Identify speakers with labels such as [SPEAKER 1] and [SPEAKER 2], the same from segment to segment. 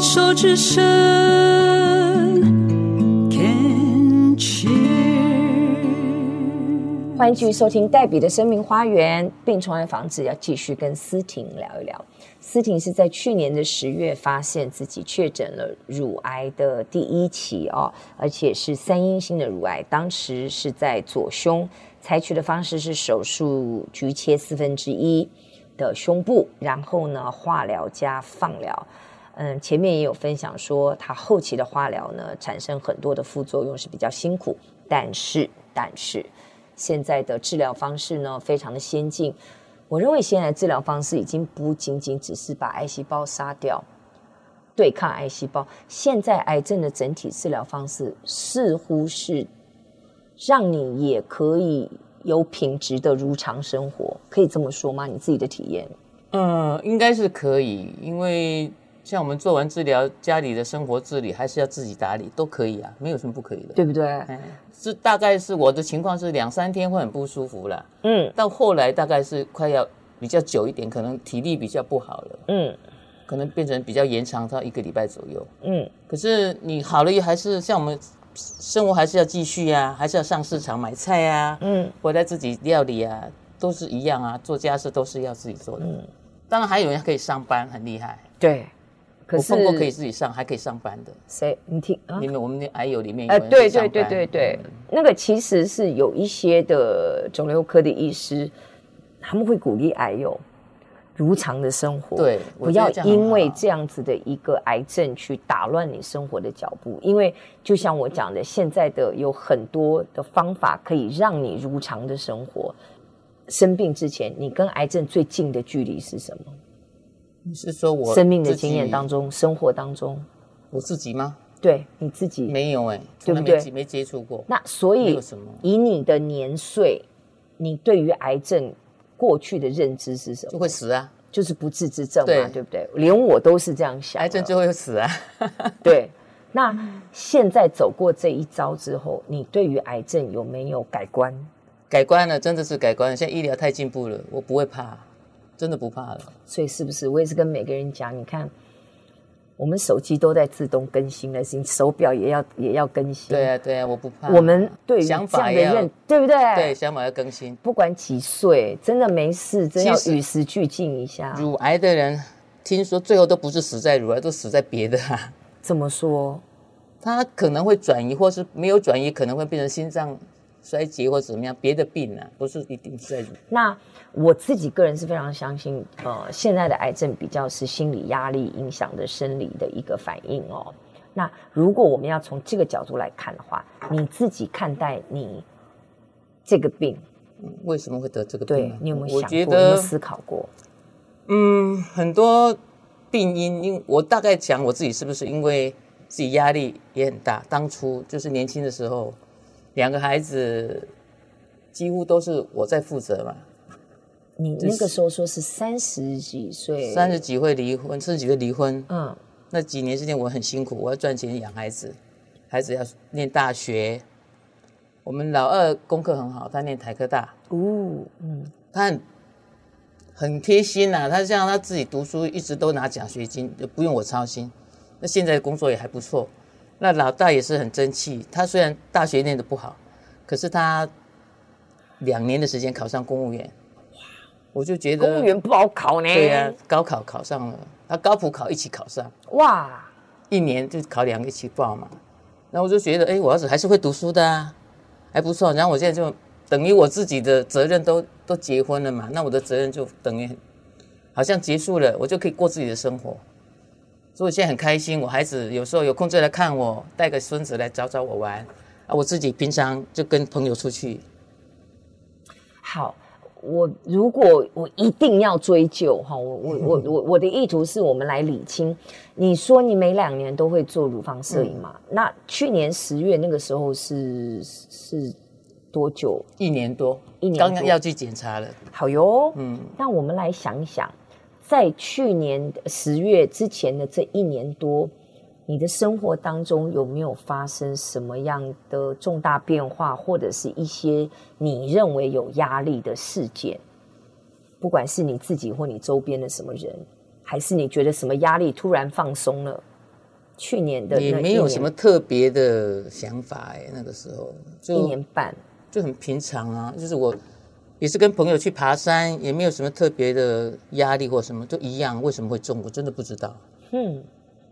[SPEAKER 1] 手之声，Can cheer。
[SPEAKER 2] 欢迎继续收听黛比的生命花园病虫害防治，要继续跟思婷聊一聊。思婷是在去年的十月发现自己确诊了乳癌的第一期哦，而且是三阴性的乳癌，当时是在左胸，采取的方式是手术局切四分之一的胸部，然后呢化疗加放疗。嗯，前面也有分享说，它后期的化疗呢，产生很多的副作用是比较辛苦，但是但是现在的治疗方式呢，非常的先进。我认为现在治疗方式已经不仅仅只是把癌细胞杀掉，对抗癌细胞。现在癌症的整体治疗方式似乎是让你也可以有品质的如常生活，可以这么说吗？你自己的体验？
[SPEAKER 3] 嗯，应该是可以，因为像我们做完治疗，家里的生活自理还是要自己打理，都可以啊，没有什么不可以的。
[SPEAKER 2] 对不对？
[SPEAKER 3] 哎，是大概是我的情况是两三天会很不舒服啦，
[SPEAKER 2] 嗯
[SPEAKER 3] 到后来大概是快要比较久一点，可能体力比较不好了，
[SPEAKER 2] 嗯
[SPEAKER 3] 可能变成比较延长到一个礼拜左右。
[SPEAKER 2] 嗯，
[SPEAKER 3] 可是你好了，还是像我们生活还是要继续呀、还是要上市场买菜呀、
[SPEAKER 2] 嗯，
[SPEAKER 3] 回来自己料理啊，都是一样啊，做家事都是要自己做的。
[SPEAKER 2] 嗯
[SPEAKER 3] 当然还有人可以上班，很厉害。
[SPEAKER 2] 对。可
[SPEAKER 3] 我
[SPEAKER 2] 是
[SPEAKER 3] 碰过可以自己上，还可以上班的。
[SPEAKER 2] 谁？你听啊
[SPEAKER 3] 你？们我们那癌友里面有
[SPEAKER 2] 呃，
[SPEAKER 3] 人可以
[SPEAKER 2] 对
[SPEAKER 3] 上
[SPEAKER 2] 对
[SPEAKER 3] 班嗯
[SPEAKER 2] 对对对，那个其实是有一些的肿瘤科的医师，他们会鼓励癌友如常的生活，
[SPEAKER 3] 对我
[SPEAKER 2] 不
[SPEAKER 3] 觉
[SPEAKER 2] 要
[SPEAKER 3] 得这样很
[SPEAKER 2] 因为
[SPEAKER 3] 好啊
[SPEAKER 2] 这样子的一个癌症去打乱你生活的脚步，因为就像我讲的，现在的有很多的方法可以让你如常的生活。生病之前，你跟癌症最近的距离是什么？
[SPEAKER 3] 你是说我
[SPEAKER 2] 生命的
[SPEAKER 3] 自己
[SPEAKER 2] 经验当中，生活当中，
[SPEAKER 3] 我自己吗？
[SPEAKER 2] 对你自己
[SPEAKER 3] 没有哎、
[SPEAKER 2] 对
[SPEAKER 3] 从
[SPEAKER 2] 不对
[SPEAKER 3] 来没接没接触过。
[SPEAKER 2] 那所
[SPEAKER 3] 没
[SPEAKER 2] 以
[SPEAKER 3] 有什么，
[SPEAKER 2] 以你的年岁，你对于癌症过去的认知是什
[SPEAKER 3] 就
[SPEAKER 2] 么？
[SPEAKER 3] 会死啊，
[SPEAKER 2] 就是不治之症嘛，对
[SPEAKER 3] 对
[SPEAKER 2] 不对？连我都是这样想的。
[SPEAKER 3] 癌症就会死啊。
[SPEAKER 2] 对。那现在走过这一招之后，你对于癌症有没有改观？
[SPEAKER 3] 改观了，真的是改观了。现在医疗太进步了，我不会怕，真的不怕了。
[SPEAKER 2] 所以是不是我也是跟每个人讲，你看，我们手机都在自动更新了，你手表也要也要更新。
[SPEAKER 3] 对啊，对啊，我不怕。
[SPEAKER 2] 我们对于这样
[SPEAKER 3] 想
[SPEAKER 2] 的
[SPEAKER 3] 法也要
[SPEAKER 2] 认，对不对？
[SPEAKER 3] 对，想法要更新。
[SPEAKER 2] 不管几岁，真的没事，真要
[SPEAKER 3] 其实
[SPEAKER 2] 与时俱进一下。
[SPEAKER 3] 乳癌的人，听说最后都不是死在乳癌，都死在别的啊。
[SPEAKER 2] 怎么说？
[SPEAKER 3] 他可能会转移，或是没有转移，可能会变成心脏衰竭或怎么样别的病啊，不是一定是在乳。
[SPEAKER 2] 那我自己个人是非常相信，呃，现在的癌症比较是心理压力影响的生理的一个反应哦。那如果我们要从这个角度来看的话，你自己看待你这个病，
[SPEAKER 3] 为什么会得这个病
[SPEAKER 2] 对
[SPEAKER 3] 啊？
[SPEAKER 2] 你有没有
[SPEAKER 3] 我
[SPEAKER 2] 想过？
[SPEAKER 3] 觉
[SPEAKER 2] 有没有
[SPEAKER 3] 得
[SPEAKER 2] 思考过？
[SPEAKER 3] 嗯，很多病因，因我大概讲我自己是不是因为自己压力也很大，当初就是年轻的时候，两个孩子几乎都是我在负责嘛，
[SPEAKER 2] 你那个时候说是三十几岁，
[SPEAKER 3] 三十，几会离婚，四十几会离婚，
[SPEAKER 2] 嗯
[SPEAKER 3] 那几年之间我很辛苦，我要赚钱养孩子，孩子要念大学，我们老二功课很好，他念台科大，
[SPEAKER 2] 哦，嗯，
[SPEAKER 3] 他很很贴心呐、他像他自己读书一直都拿奖学金，就不用我操心。那现在工作也还不错。那老大也是很争气，他虽然大学念的不好，可是他两年的时间考上公务员，我就觉得
[SPEAKER 2] 公务员不好考呢。
[SPEAKER 3] 对啊呀、高考考上了，他高普考一起考上，
[SPEAKER 2] 哇，
[SPEAKER 3] 一年就考两个一起报嘛。然后我就觉得，哎，我儿子还是会读书的啊，还不错。然后我现在就等于我自己的责任都都结婚了嘛，那我的责任就等于好像结束了，我就可以过自己的生活。所以我现在很开心，我孩子有时候有空就来看我，带个孙子来找找我玩啊。我自己平常就跟朋友出去，
[SPEAKER 2] 好，我如果我一定要追究哈，我我我我我的意图是我们来理清。你说你每两年都会做乳房摄影嘛？那去年十月那个时候是是多久？
[SPEAKER 3] 一年多，
[SPEAKER 2] 一年多
[SPEAKER 3] 刚刚要去检查了。
[SPEAKER 2] 好哟，
[SPEAKER 3] 嗯，
[SPEAKER 2] 那我们来想一想，在去年十月之前的这一年多，你的生活当中有没有发生什么样的重大变化，或者是一些你认为有压力的事件？不管是你自己或你周边的什么人，还是你觉得什么压力突然放松了，去年的
[SPEAKER 3] 也
[SPEAKER 2] 那
[SPEAKER 3] 没
[SPEAKER 2] 一
[SPEAKER 3] 有
[SPEAKER 2] 年
[SPEAKER 3] 什么特别的想法哎、那个时候
[SPEAKER 2] 一
[SPEAKER 3] 就
[SPEAKER 2] 年半，
[SPEAKER 3] 就很平常啊，就是我也是跟朋友去爬山，也没有什么特别的压力或什么，就一样。为什么会中？我真的不知道。
[SPEAKER 2] 嗯，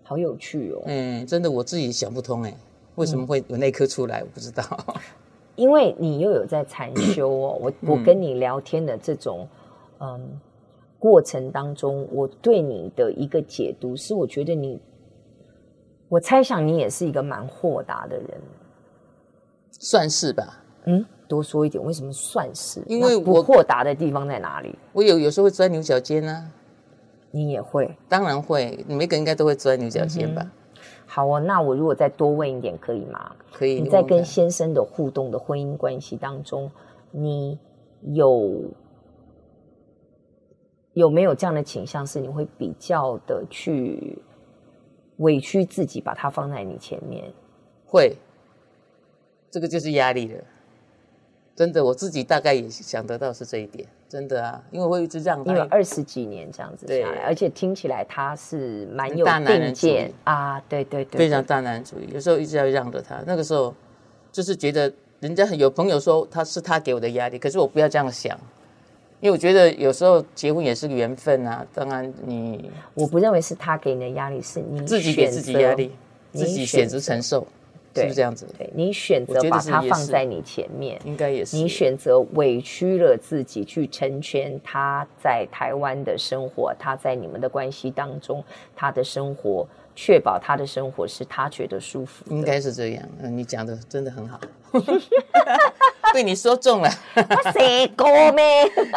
[SPEAKER 2] 好有趣哦。
[SPEAKER 3] 嗯，真的我自己想不通哎、为什么
[SPEAKER 2] 嗯
[SPEAKER 3] 会有那一颗出来？我不知道。
[SPEAKER 2] 因为你又有在禅修 哦，我我跟你聊天的这种嗯过程当中，我对你的一个解读是，我觉得你，我猜想你也是一个蛮豁达的人。
[SPEAKER 3] 算是吧。
[SPEAKER 2] 嗯，多说一点，为什么算是？
[SPEAKER 3] 因为
[SPEAKER 2] 那不
[SPEAKER 3] 我
[SPEAKER 2] 豁达的地方在哪里？
[SPEAKER 3] 我有有时候会钻牛角尖啊，
[SPEAKER 2] 你也会。
[SPEAKER 3] 当然会，每个人应该都会钻牛角尖吧？
[SPEAKER 2] 好哦，那我如果再多问一点，可以吗？
[SPEAKER 3] 可以问
[SPEAKER 2] 你
[SPEAKER 3] 问
[SPEAKER 2] 在
[SPEAKER 3] 看。
[SPEAKER 2] 跟先生的互动的婚姻关系当中，你有有没有这样的倾向，是你会比较的去委屈自己，把他放在你前面？
[SPEAKER 3] 会，这个就是压力了。真的，我自己大概也想得到是这一点，真的啊，因为我会一直让
[SPEAKER 2] 因为
[SPEAKER 3] 他，
[SPEAKER 2] 二十几年这样子下来，
[SPEAKER 3] 对
[SPEAKER 2] 而且听起来他是蛮
[SPEAKER 3] 很
[SPEAKER 2] 有
[SPEAKER 3] 大男
[SPEAKER 2] 定
[SPEAKER 3] 人主
[SPEAKER 2] 见
[SPEAKER 3] 义
[SPEAKER 2] 啊，对对对，
[SPEAKER 3] 非常大男人主义，有时候一直要让着他。那个时候就是觉得人家有朋友说他是他给我的压力，可是我不要这样想，因为我觉得有时候结婚也是个缘分啊。当然你
[SPEAKER 2] 我不认为是他给你的压力，是你
[SPEAKER 3] 自己给
[SPEAKER 2] 选
[SPEAKER 3] 自己
[SPEAKER 2] 择
[SPEAKER 3] 压力，
[SPEAKER 2] 你
[SPEAKER 3] 自己
[SPEAKER 2] 选
[SPEAKER 3] 选择承受，
[SPEAKER 2] 对
[SPEAKER 3] 是不是这样子？
[SPEAKER 2] 对你选
[SPEAKER 3] 我
[SPEAKER 2] 择
[SPEAKER 3] 觉得
[SPEAKER 2] 把
[SPEAKER 3] 是
[SPEAKER 2] 他
[SPEAKER 3] 也
[SPEAKER 2] 放
[SPEAKER 3] 是
[SPEAKER 2] 在你前面，
[SPEAKER 3] 应该也是。
[SPEAKER 2] 你选择委屈了自己去成全他在台湾的生活，他在你们的关系当中，他的生活，确保他的生活是他觉得舒服
[SPEAKER 3] 应
[SPEAKER 2] 的。
[SPEAKER 3] 该是这样，嗯，你讲的真的很好， 被你说中了。
[SPEAKER 2] 哇塞，哥咩？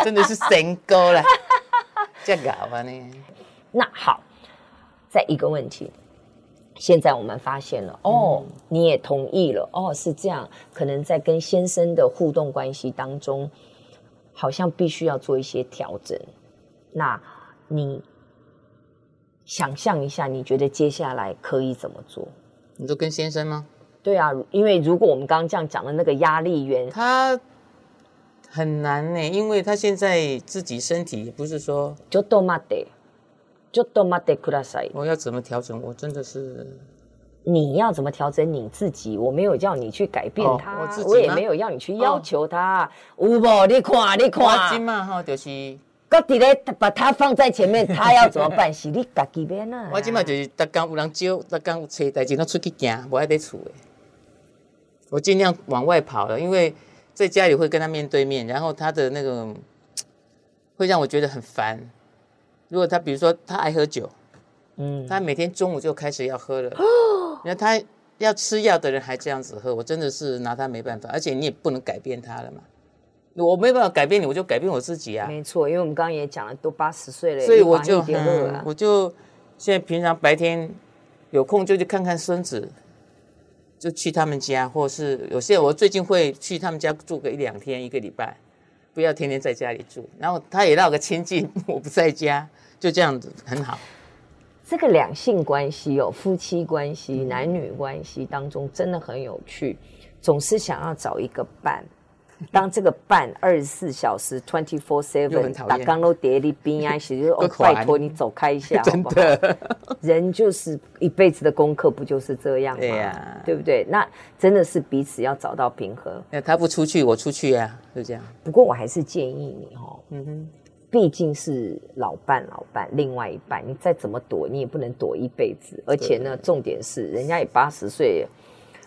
[SPEAKER 3] 真的是神沟啦，这搞啊呢？
[SPEAKER 2] 那好，再一个问题。现在我们发现了哦，你也同意了哦，是这样。可能在跟先生的互动关系当中，好像必须要做一些调整。那你想象一下，你觉得接下来可以怎么做？
[SPEAKER 3] 你说跟先生吗？
[SPEAKER 2] 对啊，因为如果我们刚刚这样讲的那个压力源，
[SPEAKER 3] 他很难呢、因为他现在自己身体也不是说
[SPEAKER 2] 就多嘛得，就多嘛得ください。
[SPEAKER 3] 我哦要怎么调整，我真的是
[SPEAKER 2] 你要怎么调整你自己？我没有叫你去改变他，
[SPEAKER 3] 哦我自己吗哦
[SPEAKER 2] 也没有要你去要求他。有无？你看，你
[SPEAKER 3] 哇，今
[SPEAKER 2] 看，
[SPEAKER 3] 嘛哈就是
[SPEAKER 2] 搁伫咧把他放在前面，他要怎么办？是你自己变啊。
[SPEAKER 3] 我今嘛就是，逐天有人招，逐天有找代志，拢出去行，无爱在厝诶。我尽量往外跑了，因为在家里会跟他面对面，然后他的那个嘖会让我觉得很烦。如果他比如说他爱喝酒，
[SPEAKER 2] 嗯，哦
[SPEAKER 3] 他每天中午就开始要喝了，然后他要吃药的人还这样子喝，我真的是拿他没办法。而且你也不能改变他了嘛，我没办法改变你，我就改变我自己啊。
[SPEAKER 2] 没错，因为我们刚刚也讲了，都八十岁了，
[SPEAKER 3] 所以我就
[SPEAKER 2] 一点二
[SPEAKER 3] 嗯
[SPEAKER 2] 啊。
[SPEAKER 3] 我就现在平常白天有空就去看看孙子，就去他们家，或是有些我最近会去他们家住个一两天、一个礼拜，不要天天在家里住。然后他也让我个亲近， 我不在家，就这样子很好。
[SPEAKER 2] 这个两性关系哦，夫妻关系、
[SPEAKER 3] 嗯
[SPEAKER 2] 男女关系当中真的很有趣，总是想要找一个伴。当这个伴二十四小 时 twenty four
[SPEAKER 3] 又
[SPEAKER 2] seven
[SPEAKER 3] 很讨
[SPEAKER 2] 打
[SPEAKER 3] 厌
[SPEAKER 2] 刚都叠你边啊，其实就
[SPEAKER 3] 都
[SPEAKER 2] 哦，
[SPEAKER 3] 垮
[SPEAKER 2] 拜托你走开一 下，好
[SPEAKER 3] 真
[SPEAKER 2] 不好？
[SPEAKER 3] 的，
[SPEAKER 2] 人就是一辈子的功课，不就是这样吗？
[SPEAKER 3] 对哎呀
[SPEAKER 2] 对不对？那真的是彼此要找到平衡。
[SPEAKER 3] 那他不出去，我出去啊，就这样。
[SPEAKER 2] 不过我还是建议你哦，
[SPEAKER 3] 嗯哼，
[SPEAKER 2] 毕竟是老伴，老伴，另外一半，你再怎么躲，你也不能躲一辈子。而且呢，重点是人家也八十岁，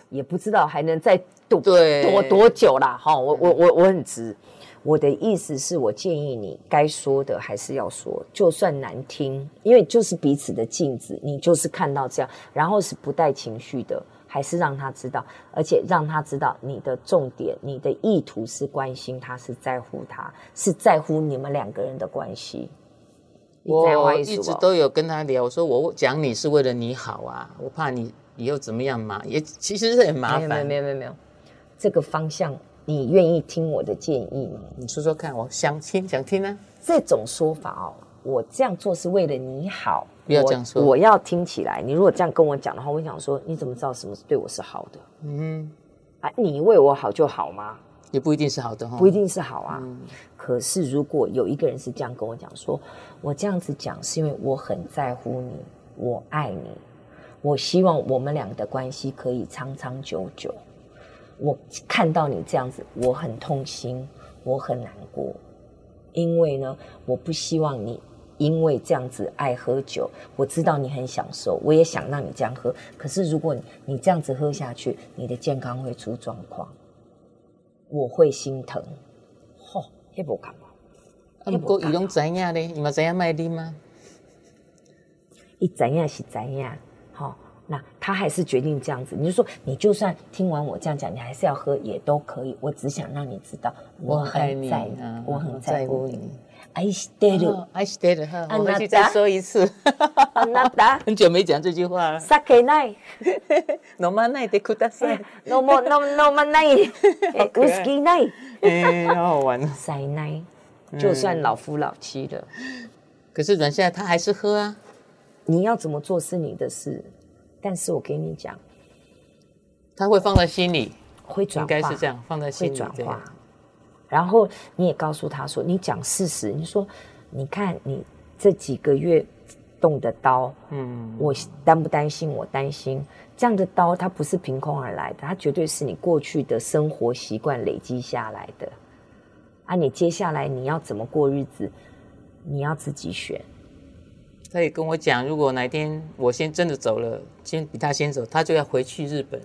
[SPEAKER 2] 也不知道还能再躲
[SPEAKER 3] 对
[SPEAKER 2] 躲多久啦。哈，我我我我很直，我的意思是我建议你该说的还是要说，就算难听，因为就是彼此的镜子，你就是看到这样，然后是不带情绪的。还是让他知道，而且让他知道你的重点，你的意图是关心他，是在乎他，是在乎你们两个人的关系。你在乎
[SPEAKER 3] 我
[SPEAKER 2] 他意思
[SPEAKER 3] 一直
[SPEAKER 2] 不
[SPEAKER 3] 都有跟他聊，我说我讲你是为了你好啊，我怕你以后怎么样嘛，也其实是很麻
[SPEAKER 2] 没有没有
[SPEAKER 3] 烦
[SPEAKER 2] 没。有没有没有，这个方向你愿意听我的建议吗？
[SPEAKER 3] 你说说看，我想听想听啊。
[SPEAKER 2] 这种说法哦，我这样做是为了你好。
[SPEAKER 3] 不要
[SPEAKER 2] 我
[SPEAKER 3] 这样说
[SPEAKER 2] 我要听起来，你如果这样跟我讲的话，我会想说，你怎么知道什么是对我是好的
[SPEAKER 3] 嗯，
[SPEAKER 2] 啊？你为我好就好吗？
[SPEAKER 3] 也不一定是好的哈。
[SPEAKER 2] 不一定是好啊。可是如果有一个人是这样跟我讲说，我这样子讲是因为我很在乎你，我爱你，我希望我们俩的关系可以长长久久。我看到你这样子，我很痛心，我很难过，因为呢，我不希望你因为这样子爱喝酒。我知道你很享受，我也想让你这样喝，可是如果你你这样子喝下去，你的健康会出状况，我会心疼。吼、那嗯不感冒，
[SPEAKER 3] 啊，不过伊拢知影咧，伊嘛知影卖啉吗？
[SPEAKER 2] 一怎样是怎样，好、那他还是决定这样子。你就说，你就算听完我这样讲，你还是要喝也都可以。我只想让你知道，我很在意，
[SPEAKER 3] 啊
[SPEAKER 2] 我很在乎你。I stay
[SPEAKER 3] 哦
[SPEAKER 2] you，
[SPEAKER 3] ，I stayed her，
[SPEAKER 2] 啊
[SPEAKER 3] 我回
[SPEAKER 2] 那
[SPEAKER 3] 去再
[SPEAKER 2] 咋
[SPEAKER 3] 说一次。
[SPEAKER 2] 安娜达
[SPEAKER 3] 很久没讲这句 话了。
[SPEAKER 2] 萨克奈
[SPEAKER 3] 飲まないでくだ さい。
[SPEAKER 2] ，no more no no more 奈，whisky 奈，
[SPEAKER 3] 哎，好好玩哦。
[SPEAKER 2] 塞奈，就算老夫老妻了，
[SPEAKER 3] 可是软下来他还是喝啊。
[SPEAKER 2] 你要怎么做是你的事，但是我给你讲，
[SPEAKER 3] 他会放在心里，
[SPEAKER 2] 会转化，
[SPEAKER 3] 应该是这样，放在心
[SPEAKER 2] 会
[SPEAKER 3] 里
[SPEAKER 2] 转
[SPEAKER 3] 对
[SPEAKER 2] 化。然后你也告诉他说，你讲事实，你说，你看你这几个月动的刀，
[SPEAKER 3] 嗯，
[SPEAKER 2] 我担不担心？我担心。这样的刀，它不是凭空而来的，它绝对是你过去的生活习惯累积下来的。啊，你接下来你要怎么过日子，你要自己选。
[SPEAKER 3] 他也跟我讲，如果哪一天我先真的走了，先比他先走，他就要回去日本，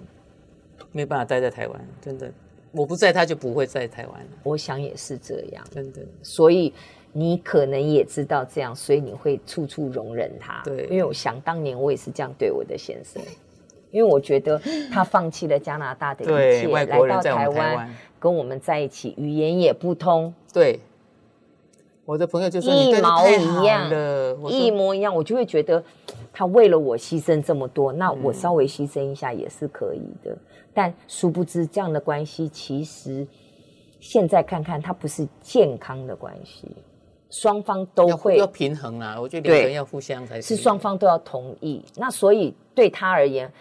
[SPEAKER 3] 没办法待在台湾，真的。我不在，他就不会在台湾了，
[SPEAKER 2] 我想也是这样，
[SPEAKER 3] 真的。
[SPEAKER 2] 所以你可能也知道这样，所以你会处处容忍他。
[SPEAKER 3] 对
[SPEAKER 2] 因为我想当年我也是这样对我的先生，因为我觉得他放弃了加拿大的一
[SPEAKER 3] 对
[SPEAKER 2] 切，
[SPEAKER 3] 外
[SPEAKER 2] 来
[SPEAKER 3] 国人
[SPEAKER 2] 到
[SPEAKER 3] 在我们
[SPEAKER 2] 台
[SPEAKER 3] 台
[SPEAKER 2] 湾
[SPEAKER 3] 湾
[SPEAKER 2] 跟我们在一起，语言也不通，
[SPEAKER 3] 对，我的朋友就说你
[SPEAKER 2] 一
[SPEAKER 3] 对他
[SPEAKER 2] 毛
[SPEAKER 3] 太
[SPEAKER 2] 一
[SPEAKER 3] 好
[SPEAKER 2] 样
[SPEAKER 3] 了，我说
[SPEAKER 2] 一模一样，我就会觉得他为了我牺牲这么多，那
[SPEAKER 3] 嗯
[SPEAKER 2] 我稍微牺牲一下也是可以的。但殊不知，这样的关系其实现在看看，它不是健康的关系，双方都
[SPEAKER 3] 要
[SPEAKER 2] 会
[SPEAKER 3] 要平衡啦。我觉得两个
[SPEAKER 2] 对
[SPEAKER 3] 人要互相才
[SPEAKER 2] 是
[SPEAKER 3] 行
[SPEAKER 2] 双方都要同意。那所以对他而言，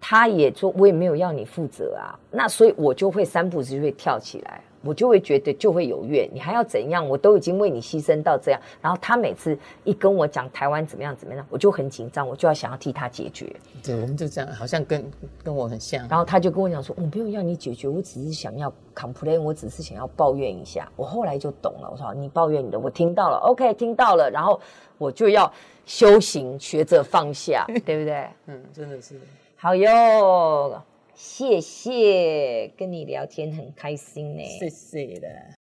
[SPEAKER 2] 他也说我也没有要你负责啊。那所以我就会三步子就会跳起来，我就会觉得就会有怨，你还要怎样？我都已经为你牺牲到这样。然后他每次一跟我讲台湾怎么样怎么样，我就很紧张，我就要想要替他解决。
[SPEAKER 3] 对，我们就这样，好像跟跟我很像。
[SPEAKER 2] 然后他就跟我讲说，我没有要你解决，我只是想要 complain，我只是想要抱怨一下。我后来就懂了，我说好你抱怨你的，我听到了，OK，听到了，然后我就要修行，学着放下，对不对？
[SPEAKER 3] 嗯，真的是。
[SPEAKER 2] 好哟，谢谢，跟你聊天很开心呢、
[SPEAKER 3] 谢谢啦。